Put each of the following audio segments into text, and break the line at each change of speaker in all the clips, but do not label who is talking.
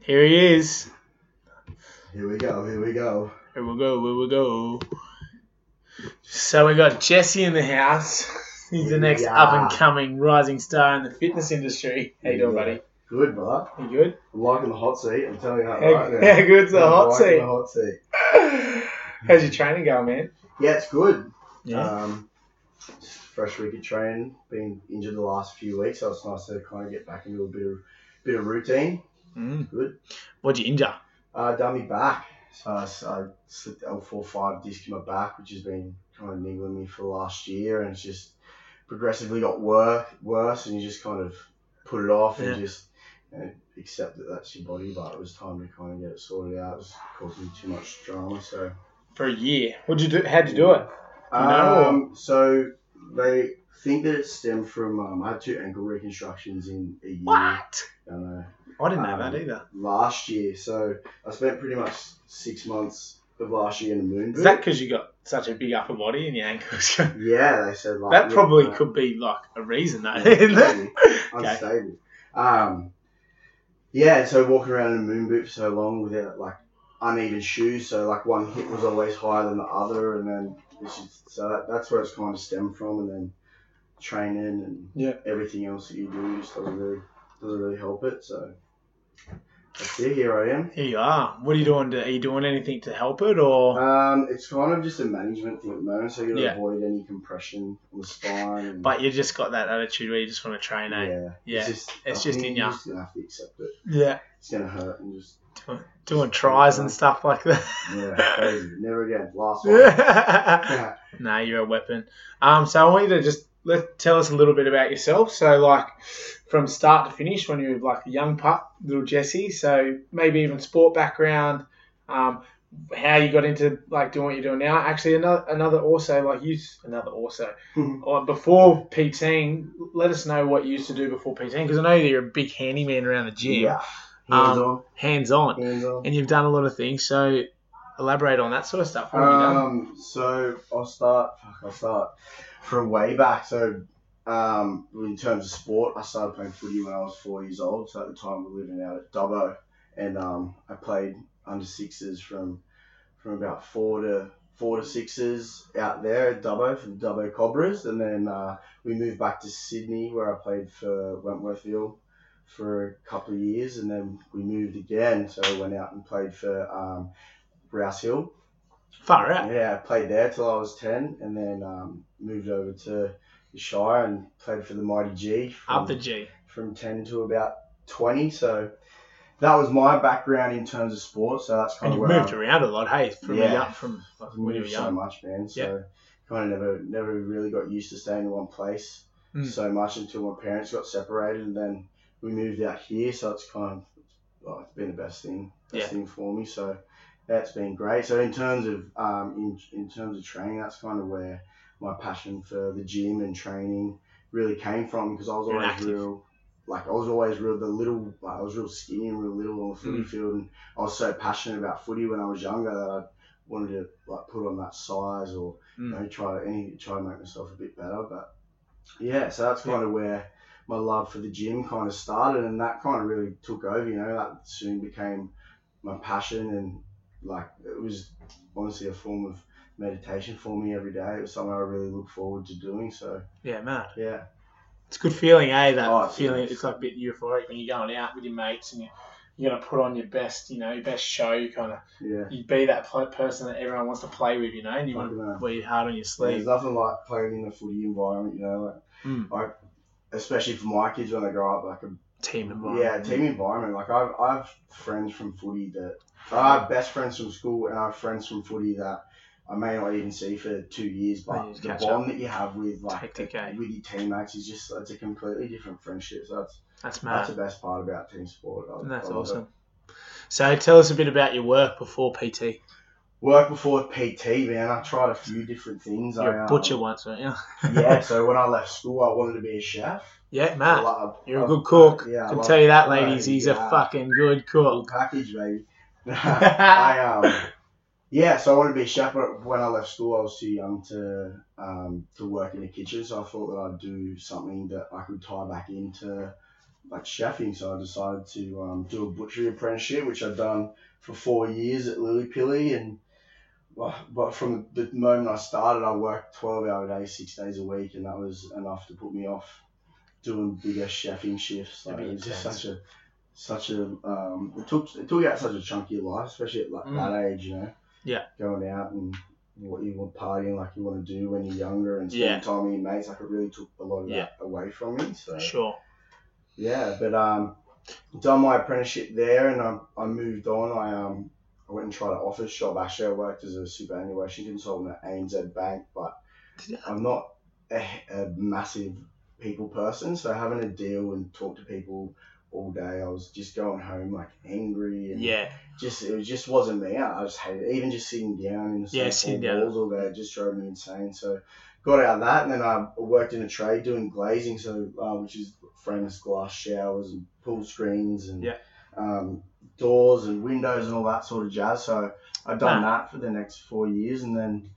Here he is.
Here we go. Here we go.
Here we go. Here we go. So we got Jesse in the house. He's the next
Yeah.
up and coming rising star in the fitness industry. How you doing, buddy?
Good, bud.
You good?
I'm liking the hot seat. I'm telling you that
How,
right now.
how good's the
I'm
hot
liking
seat?
The hot seat.
How's your training going, man?
Yeah, it's good.
Yeah.
Um, fresh week of training. Been injured the last few weeks, so it's nice to kind of get back into a bit of bit of routine.
Mm.
good.
What'd you injure?
Uh, done me back. So I, s- I slipped L45 disc in my back, which has been kind of niggling me for the last year, and it's just progressively got wor- worse, and you just kind of put it off
Yeah.
and just you know, accept that that's your body, but it was time to kind of get it sorted out. It was causing too much drama, so.
For a year. What'd you do? How'd you do it? You know?
Um, so they think that it stemmed from um, I had two ankle reconstructions in a year.
What?
And, uh,
I didn't know
Um,
that either.
last year, so I spent pretty much six months of last year in the moon.
Is that because you got such a big upper body and your ankles?
boot. Yeah, they said like
that
yeah,
probably
uh,
could be like a reason, though,
Yeah,
isn't it?
maybe. unstable. Um, yeah, so walking around in a moon boot for so long without like uneven shoes, so like one hip was always higher than the other, and then it's just, so that, that's where it's kind of stemmed from, and then training and
Yeah.
everything else that you do just doesn't really doesn't really help it. So that's it. Here I am.
Here you are. What are you doing? To, are you doing anything to help it, or
Um, it's kind of just a management thing at the moment, so you gotta
Yeah.
avoid any compression on the spine. And,
but you just got that attitude where you just want to train? eh?
yeah,
Yeah.
it's just,
It's
I
just
think
in
you're
ya.
just gonna have to accept it.
Yeah.
It's gonna hurt and just
Doing, doing tries and stuff like that.
Yeah, crazy. Never again. Last one.
Yeah.
Yeah.
no, you're a weapon. Um, so I want you to just let tell us a little bit about yourself. So like from start to finish, when you were like a young pup, little Jesse. So maybe even sport background. Um, how you got into like doing what you're doing now? Actually, another another also like you another also or before PTing. Let us know what you used to do before PTing because I know that you're a big handyman around the gym,
Yeah. Hands
Um, hands on,
on. Hands on.
and you've done a lot of things. So elaborate on that sort of stuff. What have you done?
Um, so I'll start. Fuck, I'll start from way back. So, um, in terms of sport, I started playing footy when I was four years old. So at the time, we were living out at Dubbo, and um, I played under sixes from from about four to four to sixes out there at Dubbo for the Dubbo Cobras, and then uh, we moved back to Sydney where I played for Wentworthville for a couple of years, and then we moved again. So I went out and played for um, Rouse Hill.
Far out.
Yeah, I played there till I was 10 and then um, moved over to the Shire and played for the Mighty G from,
Up the G.
from 10 to about 20. So that was my background in terms of sports. So that's kind
And
of
you've
where
moved
I,
around a lot, hey, from
Oh, Yeah.
young, from
I've
when you were
moved so
young.
much, man. So kind of never, never really got used to staying in one place
Mm.
so much until my parents got separated and then we moved out here. So it's kind of well, it's been the best thing, best
Yeah.
thing for me. So that's been great. So in terms of um, in, in terms of training, that's kind of where my passion for the gym and training really came from because I was
You're
always
active.
real. Like I was always real, the little. I was real skinny and real little on the
Mm.
footy field, and I was so passionate about footy when I was younger that I wanted to like put on that size or
Mm.
you know, try to any try and make myself a bit better. But yeah, so that's kind of where my love for the gym kind of started, and that kind of really took over. You know, that soon became my passion, and like it was honestly a form of meditation for me every day. It was something I really look forward to doing. So
Yeah, man.
yeah,
It's a good feeling, eh? That
Oh, it's
feeling.
nice.
It's like a bit euphoric when you're going out with your mates and you're, you're going to put on your best, you know, your best show. You kind of
yeah.
you be that pl- person that everyone wants to play with, you know, and you want
Fucking uh, hell.
to wear your heart on your
There's
sleeve.
nothing like playing in a footy environment, you know, like,
Mm.
like especially for my kids when they grow up, like a
Team
Yeah,
environment.
team environment. Like I've I've friends from footy that I have best friends from school and I have friends from footy that I may not even see for two years,
you
but
just
the
catch
bond that you have with like
Hectic, eh?
with your teammates is just it's a completely different friendship. So that's
That's
that's
mad.
the best part about team sport. I-
That's
I love it.
awesome. So tell us a bit about your work before PT.
Work before PT, man. I tried a few different things.
You're
I,
a
um,
butcher once, weren't you?
yeah. So when I left school, I wanted to be a chef.
Yeah,
I
mad.
love-
You're a
I-
good cook.
Yeah, I
Can
love-
tell you that,
I love
ladies. He's a
yeah.
fucking good
Full
cook.
package, baby. I um, yeah, so I wanted to be a chef, but when I left school, I was too young to um, to work in the kitchen. So I thought that I'd do something that I could tie back into like chefing, so I decided to um, do a butchery apprenticeship, which I've done for four years at Lily Pilly. And well, but from the moment I started, I worked twelve hour days, six days a week, and that was enough to put me off doing bigger chefing shifts. Like,
That'd
it
be
was just
intense.
such a such a um, it took it took out such a chunky life, especially at like
Mm.
that age, you know.
Yeah.
Going out and what you want partying like you want to do when you're younger and spending
Yeah.
time with your mates. Like it really took a lot of
Yeah.
that away from me. So
Sure.
yeah, but um, done my apprenticeship there, and I, I moved on. I um, I went and tried an office job. Actually, I worked as a superannuation consultant at ANZ Bank, but
Did
I'm not a, a massive people person, so having to deal and talk to people all day, I was just going home like angry and
Yeah.
just it was- just wasn't me. I I just hated it. even just sitting down in the
Yeah,
same
sitting
four
down.
walls all day it just drove me insane. So got out of that, and then I worked in a trade doing glazing, so uh, which is frameless glass showers and pool screens and
Yeah.
um, doors and windows and all that sort of jazz. So I've done
Mad.
that for the next four years, and then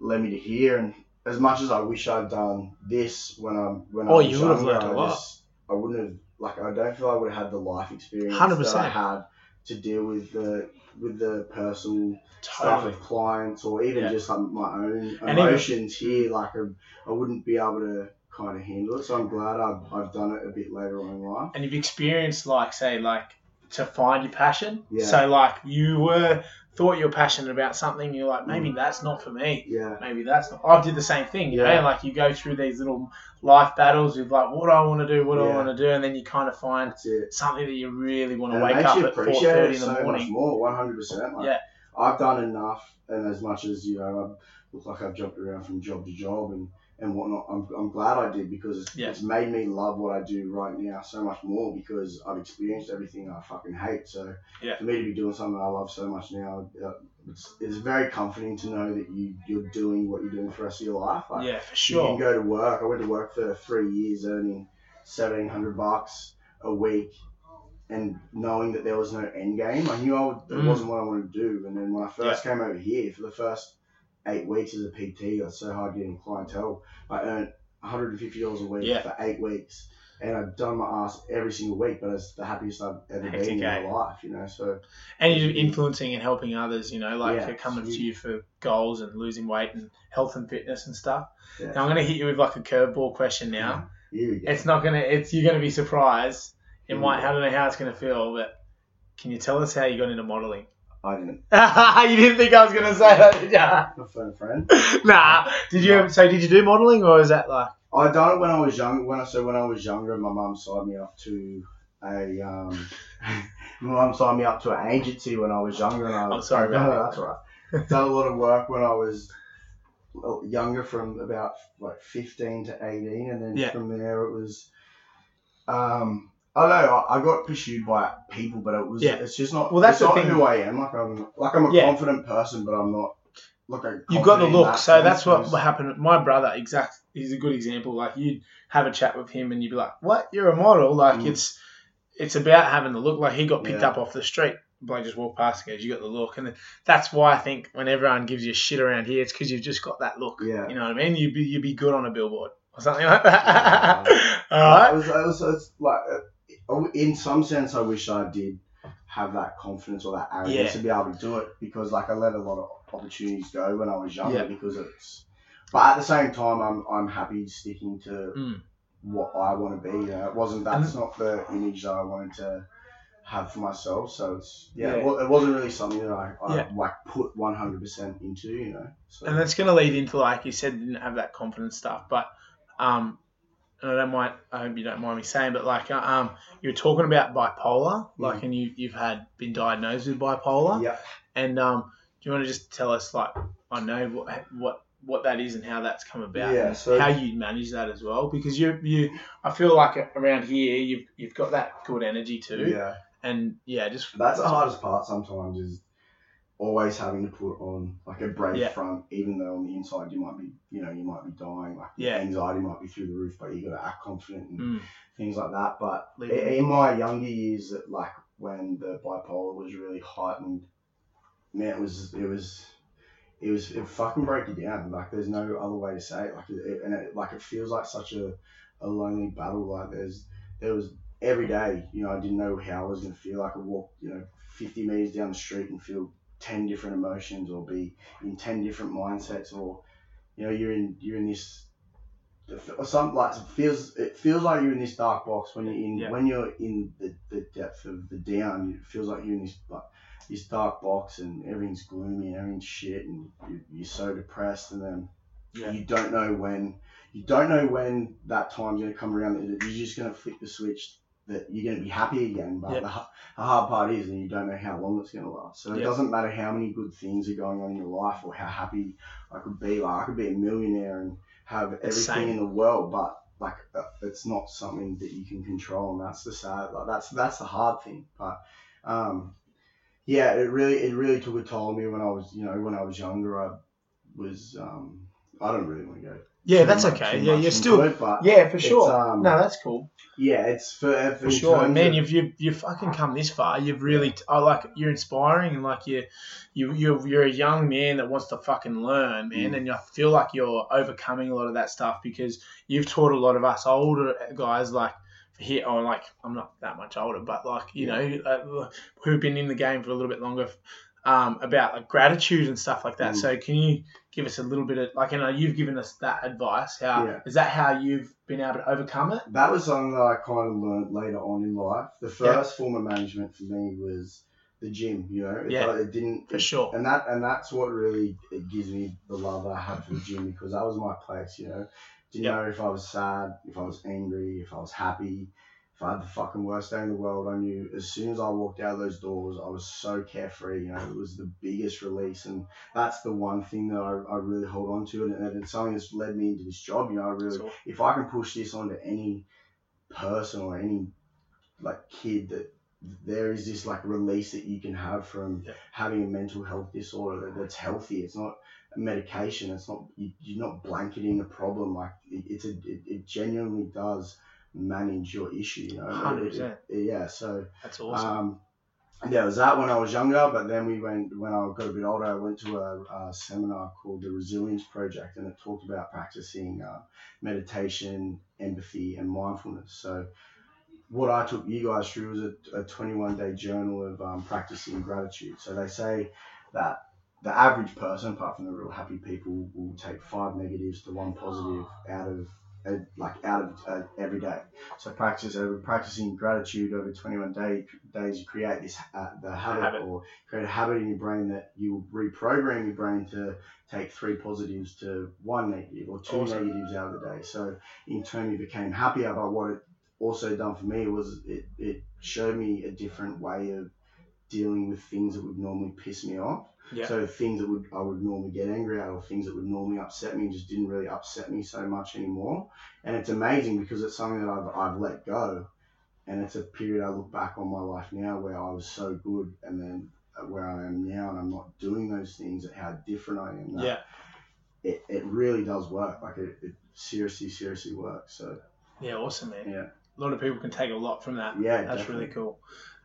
led me to here. And as much as I wish I'd done this when I'm when
Oh,
I was
you would have
younger,
learned a
I
lot.
just- I wouldn't have like I don't feel I would have had the life experience that
100%.
I had to deal with the with the personal stuff
Totally.
of clients or even
Yeah.
just like my own
And even-
emotions here. Like I, I wouldn't be able to kind of handle it. So I'm glad I've, I've done it a bit later on in life.
And you've experienced, like, say, like to find your passion.
Yeah.
So, like, you were thought you were passionate about something. You're like, maybe that's not for me.
Yeah.
maybe that's not. I've did the same thing, you know,
Yeah.
and like you go through these little life battles with like what do I want to do, what do I
Yeah.
want to do, and then you kind of find
That's it.
something that you really want to
And it
wake
makes
up
you
at four
appreciate it
thirty in
so
the
much
morning.
more, one hundred percent. Like
Yeah.
I've done enough, and as much as you know, I look like I've jumped around from job to job and and whatnot. I'm, I'm glad I did because it's,
Yeah.
it's made me love what I do right now so much more because I've experienced everything I fucking hate. So
Yeah.
for me to be doing something I love so much now, uh, it's, it's very comforting to know that you you're doing what you're doing for the rest of your life. Like,
Yeah, for
you
sure.
can go to work. I went to work for three years, earning seventeen hundred bucks a week, and knowing that there was no end game. I knew I would, it
Mm.
wasn't what I wanted to do. And then when I first came over here for the first eight weeks as a PT, that's so hard getting clientele. I earned one hundred and fifty dollars a week
Yeah.
for eight weeks, and I've done my ass every single week. But it's the happiest I've ever been in
Hectic,
my
eh?
life. You know, so
And you're influencing and helping others, you know, like
Yeah,
they're coming
it's
to you for goals and losing weight and health and fitness and stuff.
Yeah.
Now I'm gonna hit you with like a curveball question now.
here we go.
It's not gonna. It's you're gonna be surprised. It
Mm.
might. I don't know how it's gonna feel, but can you tell us how you got into modelling?
I didn't.
you didn't think I was gonna say that, did ya?
My phone friend.
nah. Did you? So did you do modelling, or is that like?
I done it when I was young. When I so when I was younger, my mum signed me up to a um, my mum signed me up to an agency when I was younger, and I
I'm sorry about
no,
that.
that's all right. done a lot of work when I was younger, from about like fifteen to eighteen, and then
Yeah.
from there it was. Um, I don't know. I, I got pursued by people, but it was
Yeah.
it's just not.
Well, that's
it's
the
not
thing.
who I am. Like I'm like I'm a
Yeah.
confident person, but I'm not. Like a
You've got the
confident in
look,
that
so
sense,
that's what
because-
happened. My brother, exact, he's a good example. Like you'd have a chat with him, and you'd be like, "What? You're a model? Like
Mm.
it's, it's about having the look." Like he got picked
Yeah.
up off the street. Bloke just walked past and goes, "You got the look," and that's why I think when everyone gives you shit around here, it's because you've just got that look.
Yeah.
You know what I mean? You'd be you'd be good on a billboard or something like
Yeah,
that.
I know.
All right.
It was, it was, it's like, uh, in some sense, I wish I did have that confidence or that arrogance
Yeah.
to be able to do it because, like, I let a lot of opportunities go when I was younger
Yeah.
because it's. But at the same time, I'm I'm happy sticking to
Mm.
what I want to be. You know, it wasn't that's not the image that I wanted to have for myself. So it's yeah,
Yeah.
It, wa- it wasn't really something that I, I
Yeah.
like put 100 percent into. You know, so
and that's going to lead into like you said didn't have that confidence stuff but um and i don't mind i hope you don't mind me saying but like uh, um you were talking about bipolar like and you you've had been diagnosed with bipolar
Mm. yeah.
and um do you want to just tell us like i know what what what that is and how that's come about
Yeah,
and
so-
how you manage that as well because you you i feel like around here you've you've got that good energy too
Yeah.
and yeah just
That's the hardest part sometimes is always having to put on like a brave
Yeah.
front, even though on the inside you might be, you know, you might be dying, like
Yeah.
anxiety might be through the roof, but you got to act confident and
Mm,
things like that. But i-
leave it.
in my younger years, that like when the bipolar was really heightened, man, it was it was. It was it fucking broke you down. Like there's no other way to say it. Like it, and it, like it feels like such a, a lonely battle. Like there's there was every day, you know, I didn't know how I was going to feel. I could walk, you know, 50 meters down the street and feel 10 different emotions or be in 10 different mindsets or, you know, you're in, you're in this, or something like, it feels, it feels like you're in this dark box when you're in,
Yeah.
when you're in the, the depth of the down, it feels like you're in this, like, this dark box and everything's gloomy and everything's shit and you you're so depressed and then
Yeah.
you don't know when you don't know when that time's going to come around that you're just going to flip the switch that you're going to be happy again but
Yeah.
the, ha- the hard part is and you don't know how long it's going to last so it
Yeah.
doesn't matter how many good things are going on in your life or how happy i could be like i could be a millionaire and have
It's
everything
same.
in the world but like uh, it's not something that you can control and that's the sad like that's that's the hard thing but um yeah it really it really took a toll on me when i was you know when i was younger i was um I don't really want to go.
Yeah,
too
that's
much-
okay.
too
Yeah, you're
much into
still.
it, but
Yeah, for
it's,
sure.
um,
no, that's cool.
yeah, it's for for,
For
in
sure. And
terms
man,
of-
you've, you've you've fucking come this far. You've really. I like you're inspiring and like you, you you're you're a young man that wants to fucking learn, man.
Mm.
And I feel like you're overcoming a lot of that stuff because you've taught a lot of us older guys like. Here, or like, I'm not that much older, but like, you know, uh, who've been in the game for a little bit longer, um, about like gratitude and stuff like that.
Mm.
So, can you give us a little bit of like you know you've given us that advice how
Yeah.
is that how you've been able to overcome it
that was something that I kind of learned later on in life. The first form of management for me was the gym. You know, It's
Yeah.
like it didn't
for sure
and that and that's what really it gives me the love I had for the gym because that was my place, you know. Didn't
Yeah.
know if I was sad, if I was angry, if I was happy, if I had the fucking worst day in the world. I knew as soon as I walked out of those doors, I was so carefree. You know, it was the biggest release, and that's the one thing that I, I really hold on to, and, and it's something that's led me into this job. You know, I really
So-
if I can push this onto any person or any like kid that there is this like release that you can have from
Yeah.
having a mental health disorder that, that's healthy. It's not a medication. It's not you, you're not blanketing a problem. Like it, it's a it, it genuinely does manage your issue. You know, It- it-
100%.
it- yeah. So
that's awesome
um, and yeah, it was that when I was younger, but then we went when I got a bit older. I went to a, a seminar called the Resilience Project, and it talked about practicing uh, meditation, empathy, and mindfulness. So, what I took you guys through was a, a 21 day journal of um, practicing gratitude. So they say that the average person, apart from the real happy people, will take five negatives to one positive out of uh, like out of uh, every day. So practice over practicing gratitude over 21 day, days, you create this uh, the habit,
habit.
or create a habit in your brain that you will reprogram your brain to take three positives to one negative or two
Awesome.
negatives out of the day. So in turn, you became happier. But what it also done for me was it it showed me a different way of dealing with things that would normally piss me off.
yeah
So things that would I would normally get angry at or things that would normally upset me just didn't really upset me so much anymore. And it's amazing because it's something that I've I've let go. And it's a period I look back on my life now where I was so good and then uh, where I am now and I'm not doing those things and how different I am now.
yeah
It, it really does work. Like it, it seriously, seriously works. So
yeah awesome man
Yeah.
a lot of people can take a lot from that
yeah,
that's
definitely.
really cool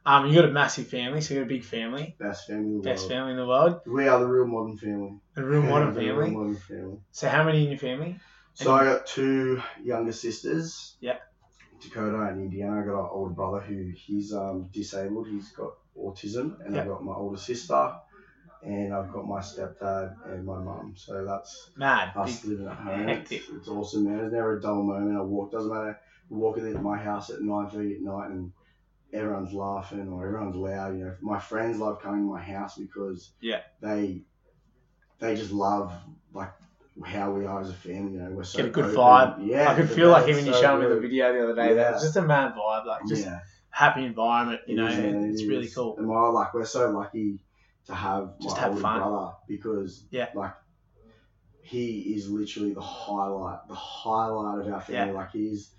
um you got a massive family so you got a big family
Best family in the
best
world.
family in the world
We are the real modern family.
a real modern
The real
family
modern family.
so how many in your family
So I got two younger sisters.
Yeah.
Dakota and Indiana. I got an older brother who he's um, disabled. He's got autism, and
Yeah.
I've got my older sister, and I've got my stepdad and my mum. So that's
mad
us
big,
living at home.
hectic.
It's, it's awesome, man. There's never a dull moment. I walk. Doesn't matter. We're walking into my house at nine thirty at night, and everyone's laughing or everyone's loud. You know, my friends love coming to my house because
Yeah.
they they just love like how we are as a family. You know, we're so
Get a good
open.
vibe.
Yeah,
i could
the
feel like
band's
even you
so
showed me the
good.
video the other day that
Yeah.
was just a mad vibe like just
Yeah,
happy environment you
it
know
is, man, it
it's really
is.
cool
And my like we're so lucky to have
Just
my
have
older
fun.
brother because
Yeah.
like. He is literally the highlight, the highlight of our family. Like he's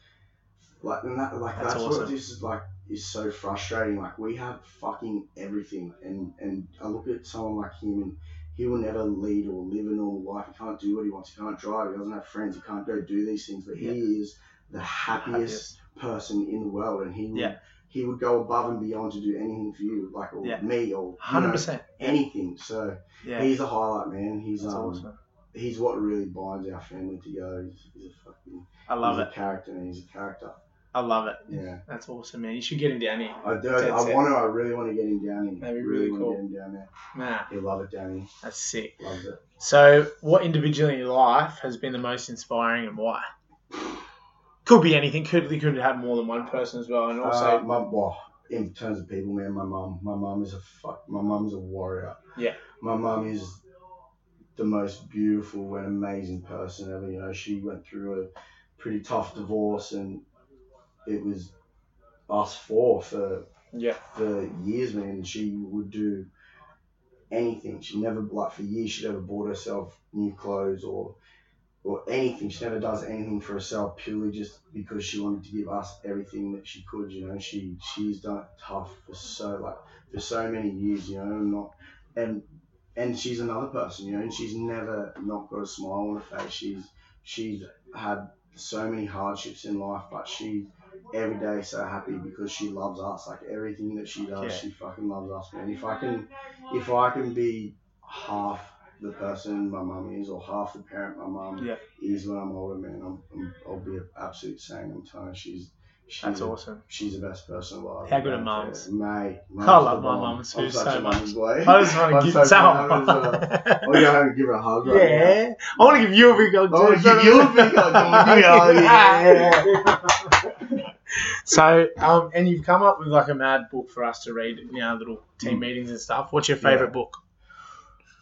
like and that like
That's
that's,
awesome.
what this is like is so frustrating. Like we have fucking everything and and I look at someone like him and he will never lead or live a normal life. He can't do what he wants, he can't drive, he doesn't have friends, he can't go do these things, but he is the happiest
Happiest.
person in the world and he would
Yeah.
he would go above and beyond to do anything for you, like or
Yeah.
me or you know,
100%
anything. So
yeah
he's the highlight man. He's
that's
um
awesome
he's what really binds our family together. He's, he's a fucking
i love
he's
it
a character man, he's a character.
I love it.
Yeah,
That's awesome, man. You should get him down here.
I do.
Dead
I
set.
want to. I really want to get him down here.
That'd be really
really
cool.
Want to get him down there.
Nah,
He love it down here.
that's sick.
Loves it.
So, what individual in your life has been the most inspiring and why? Could be anything. Could they could have more than one person as well, and also
uh, my, well, in terms of people, man, my mum. My mum is a fuck. My mum's a warrior.
Yeah.
My mum is the most beautiful and amazing person ever. You know, she went through a pretty tough divorce, and it was us four for
yeah,
for years, man. She would do anything. She never like for years. She never bought herself new clothes or or anything. She never does anything for herself purely just because she wanted to give us everything that she could. You know, she she's done it tough for so like for so many years. You know, and not and and she's another person. You know, and she's never not got a smile on her face. She's she's had so many hardships in life, but she every day so happy because she loves us. Like everything that she does,
Yeah.
she fucking loves us, man. If I can, if I can be half the person my mum is, or half the parent my mum
Yeah.
is when I'm older, man, I'm, I'm, I'll be an absolute saint. I'm telling you, she's she's
that's
a-
awesome.
She's the best person alive.
How good are
Mate,
mums?
Mate,
I love
the
my
bomb.
mums
I'm
too,
such
so
a mum's boy.
I just want
I'm
to give
so
someone.
proud of I'll go home and give her a hug. Right now.
yeah, I want to give you a big hug.
Oh,
too.
so you a big hug. Oh, yeah, yeah.
So, um, and you've come up with like a mad book for us to read in our little team meetings and stuff. What's your favorite
Mm. Yeah.
book?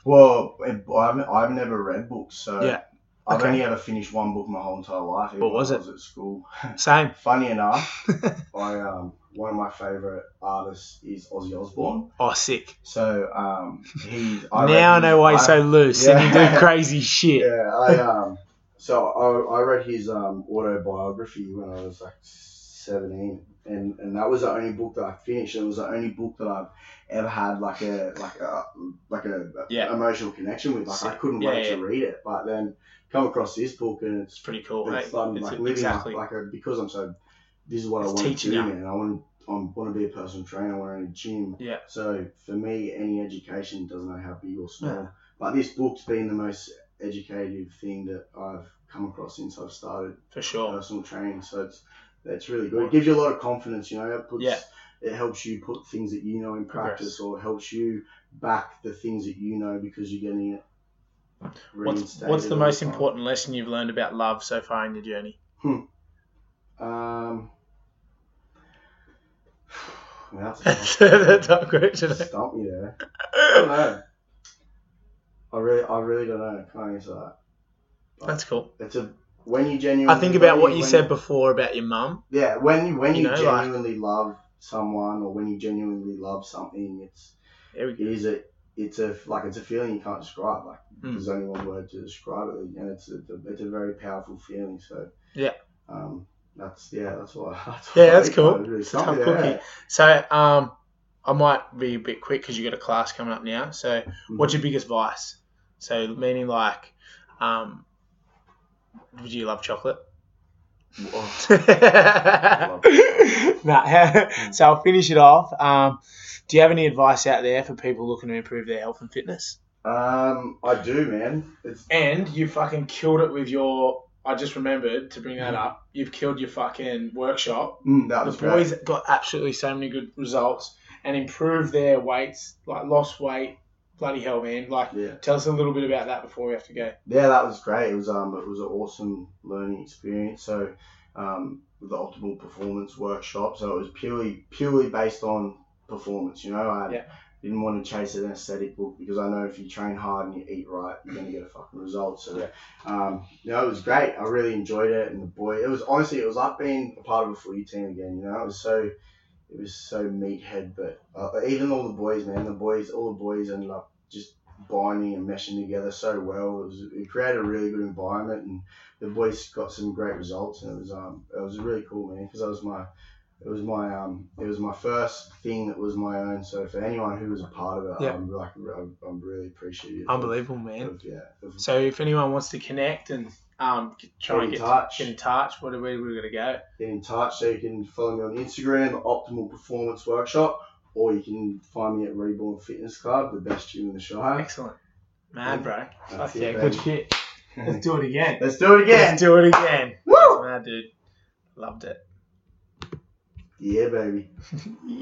Well, I've, I've never read books, so
Yeah.
I've
Okay.
only ever finished one book my whole entire life. even
What
when
was
I
it?
was at school.
Same.
Funny enough, I um, one of my favorite artists is Ozzy Osbourne.
Oh, sick.
So um, he's
now I
read his-
know why he's so loose and you
Yeah.
do crazy shit.
Yeah, I um, so I, I read his um autobiography when I was like seventeen, and and that was the only book that I finished. It was the only book that I've ever had like a like a like a
Yeah.
emotional connection with. Like I
Sick.
couldn't
Yeah,
wait
yeah.
to read it, but then come across this book and
It's
it's
pretty cool.
it's,
eh?
um,
It's
like living
exactly.
like, like a, because I'm so this is what
It's
I want to
teaching
do,
you.
man. I want I want to be a personal trainer. I want to own a gym.
Yeah.
So for me, any education doesn't matter how big or small.
Yeah.
But this book's been the most educative thing that I've come across since I've started
for sure.
personal training. So it's that's really good. It gives you a lot of confidence. You know, it puts
Yeah.
it helps you put things that you know in
Progress.
practice, or helps you back the things that you know because you're getting it.
What's,
reinstated
what's the
all the
most
time.
important lesson you've learned about love so far in your journey?
Um, that's a
That's
tough-
the top question.
Stump me there. I don't know. I really, I really don't know. I can't answer that.
That's cool.
It's a when you genuinely.
I think about
when
what you
Mm, when
said before about your mum.
Yeah, when you when
You
you,
know, like-
genuinely love someone or when you genuinely love something, it's
There we
it is a it's a like it's a feeling you can't describe. Like
Mm.
there's only one word to describe it, and it's a, it's a very powerful feeling. So
Yeah.
Um, that's yeah, that's why. That's
Yeah,
why
that's
I
cool.
really
It's a
stump
tough
me there.
cookie. So, um, I might be a bit quick because you got a class coming up now. So, what's your biggest vice? So, meaning like, um, do you love chocolate?
Mm.
nah, so I'll finish it off. Um, do you have any advice out there for people looking to improve their health and fitness?
Um, I do, man. It's
And you fucking killed it with your. I just remembered to bring that up. You've killed your fucking workshop.
mm, that
The
was great.
boys got absolutely so many good results and improved their weights, like lost weight. Bloody hell, man! Like,
Yeah,
tell us a little bit about that before we have to go.
yeah, that was great. It was um, it was an awesome learning experience. So, um, the optimal performance workshop. So it was purely purely based on performance. You know, I
Yeah.
didn't want to chase an aesthetic book because I know if you train hard and you eat right, you're gonna get a fucking result. So,
Yeah.
um, no, it was great. I really enjoyed it, and the boy, it was honestly, it was like being a part of a footy team again. You know, it was so. It was so meathead, but uh, even all the boys, man, the boys, all the boys ended up just binding and meshing together so well. It, was, it created a really good environment, and the boys got some great results, and it was um, it was really cool, man, because that was my, it was my um, it was my first thing that was my own. So for anyone who was a part of it,
Yeah.
I'm like, I'm, I'm really appreciative.
Unbelievable, man.
Of, yeah. Of,
So if anyone wants to connect and um, get- try
Get
and
in
get
touch.
get in touch, what are we, we're gonna go?
get in touch. So you can follow me on Instagram, the Optimal Performance Workshop, or you can find me at Reborn Fitness Club, the best gym in the Shire.
Excellent. Mad, bro.
That's
Fuck
it,
yeah,
baby.
good shit. Let's do it again.
Let's do it again.
Let's do it again.
Woo!
Mad, dude. Loved it.
Yeah, baby.